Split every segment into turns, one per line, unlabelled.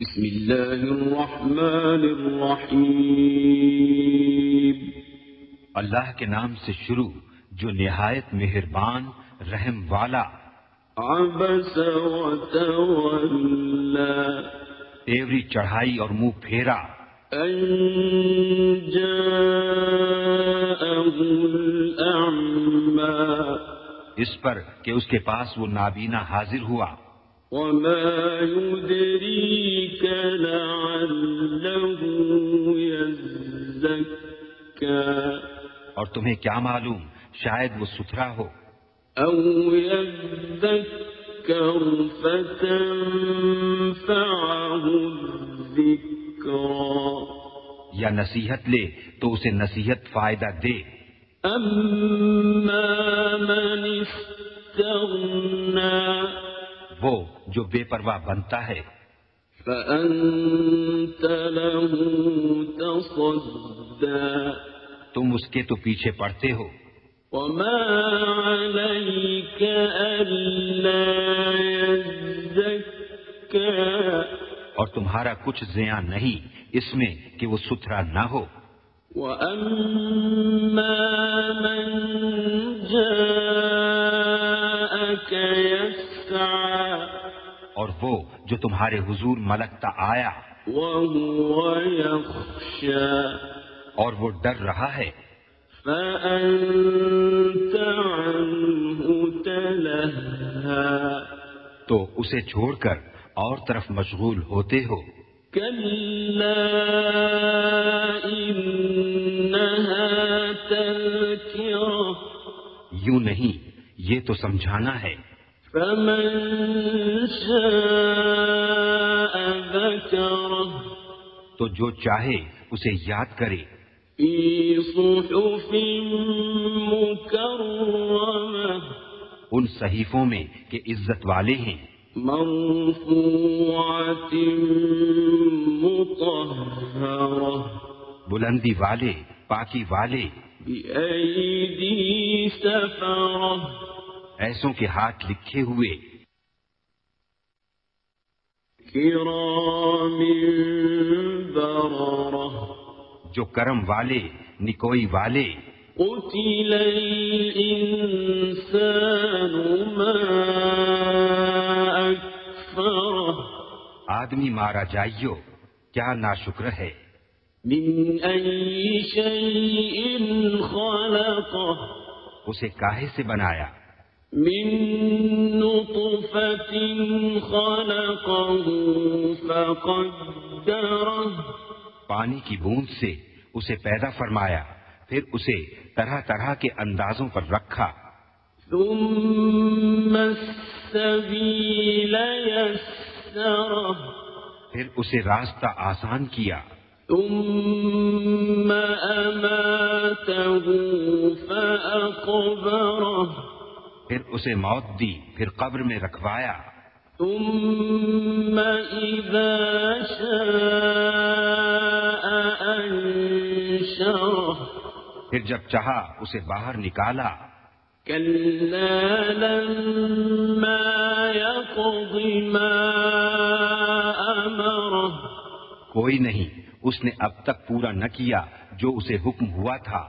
بسم الله الرحمن الرحيم
अल्लाह के नाम से शुरू जो निहायत मेहरबान रहम वाला
عبس وتولى
तेवरी चढ़ाई और मुंह फेरा
أن جاءه الأعمى
इस पर कि उसके पास वो नाबीना हाजिर हुआ
وما يدريك لعله يزكى
और तुम्हें क्या मालूम शायद वो सुथरा हो
أو يذكر فتنفعه الذكرى
या नसीहत ले तो उसे नसीहत फायदा दे
أما من استغنى
वो जो बेपरवाह बनता है
فأنت له تصدى
तुम उसके तो पीछे पड़ते हो
وما عليك ألا يزكى
और तुम्हारा कुछ जया नहीं इसमें कि वो सुथरा ना हो
وأما من جاءك يسعى
और वो जो तुम्हारे हुजूर मलकता आया
وهو يخشى
और वो डर रहा है
فأنت عنه تلهى
तो उसे छोड़कर और तरफ मशगूल होते हो
كلا إنها تذكرة
यूं नहीं ये तो समझाना है
فمن شاء ذكره
तो जो चाहे उसे याद करे
في صحف مكرمة
उन सहीफों में के इज्जत वाले हैं
مرفوعة مطهرة
बुलंदी वाले पाकी वाले
بأيدي سفرة
ऐसों के हाथ लिखे हुए
كرام بررة
जो करम वाले निकोई वाले
قتل الإنسان ما أكفره
आदमी मारा जाइयो क्या नाशुक्र है
من أي شيء خلقه
उसे काहे से बनाया
من نطفة خلقه فقدره
पानी की बूंद से उसे पैदा फरमाया फिर उसे तरह तरह के अंदाजों पर रखा
ثم السبيل يسره
फिर उसे रास्ता आसान किया
ثم أماته فأقبره
फिर उसे मौत दी फिर कब्र में रखवाया
ثم إذا شاء أنشره
फिर जब चाहा उसे बाहर निकाला
كلا لما يقض ما أمره
कोई नहीं उसने अब तक पूरा न किया जो उसे हुक्म हुआ था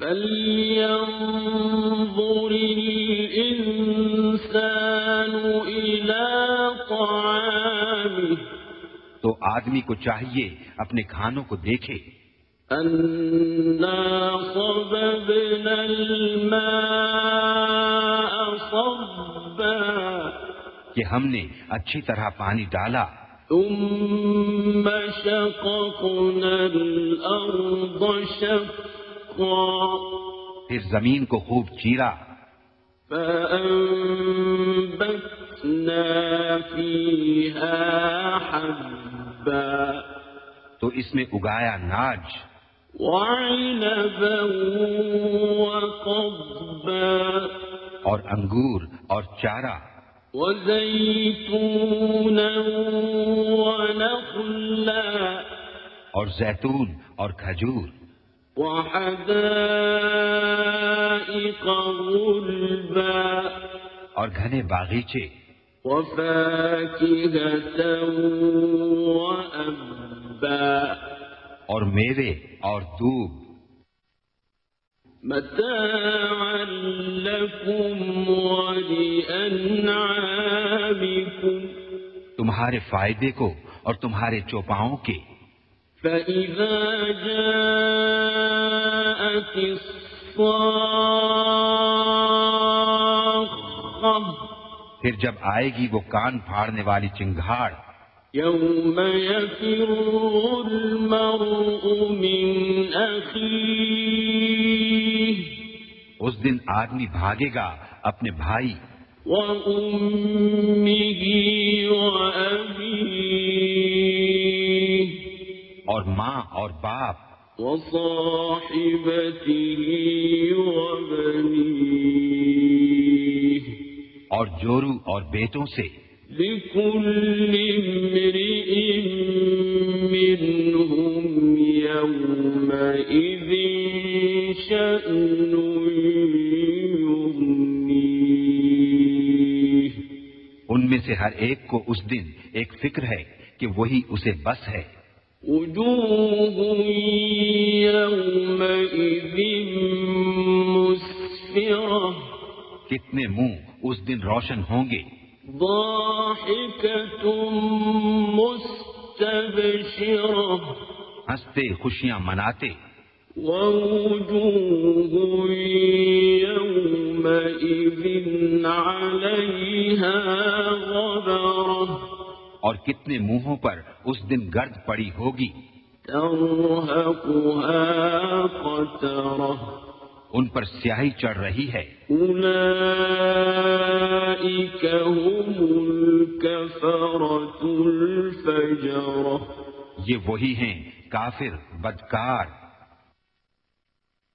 فلينظر الإنسان إلى طعامه
तो आदमी को चाहिए अपने खानों को देखे
أنا صببنا الماء صبا
कि हमने अच्छी तरह पानी डाला
ثم شققنا الأرض شقا
फिर जमीन को खूब चीरा
فأنبتنا فيها حبا
तो इसमें उगाया नाज
وعنبا وقضبا
और अंगूर और चारा
وزيتونا ونخلا
और जैतून और खजूर
وحدائق غلبا
और घने बागीचे
وفاكهة وأبا
और मेवे और दूब
متاعا لكم ولأنعامكم
तुम्हारे फायदे को और तुम्हारे चौपाओं के
فإذا جاءت الصاخة
फिर जब आएगी वो कान फाड़ने वाली चिंगाड़
يوم يفر المرء من أخيه
उस दिन आदमी भागेगा अपने भाई
وأمه وأبيه
और माँ और बाप
وصاحبته وبنيه
और जोरू और बेटों से
لكل امرئ منهم يومئذ شأن يغنيه
उनमें से हर एक को उस दिन एक फिक्र है कि वही उसे बस है
وجوه يومئذ مسفرة
कितने मुंह उस दिन रोशन होंगे
ضاحكة مستبشرة
हंसते खुशियां मनाते
ووجوه يومئذ عليها غبرة
और कितने मुंहों पर उस दिन गर्द पड़ी होगी
ترهقها قترة
उन पर स्याही चढ़ रही है
أولئك هم الكفرة الفجرة
ये वही हैं काफिर बदकार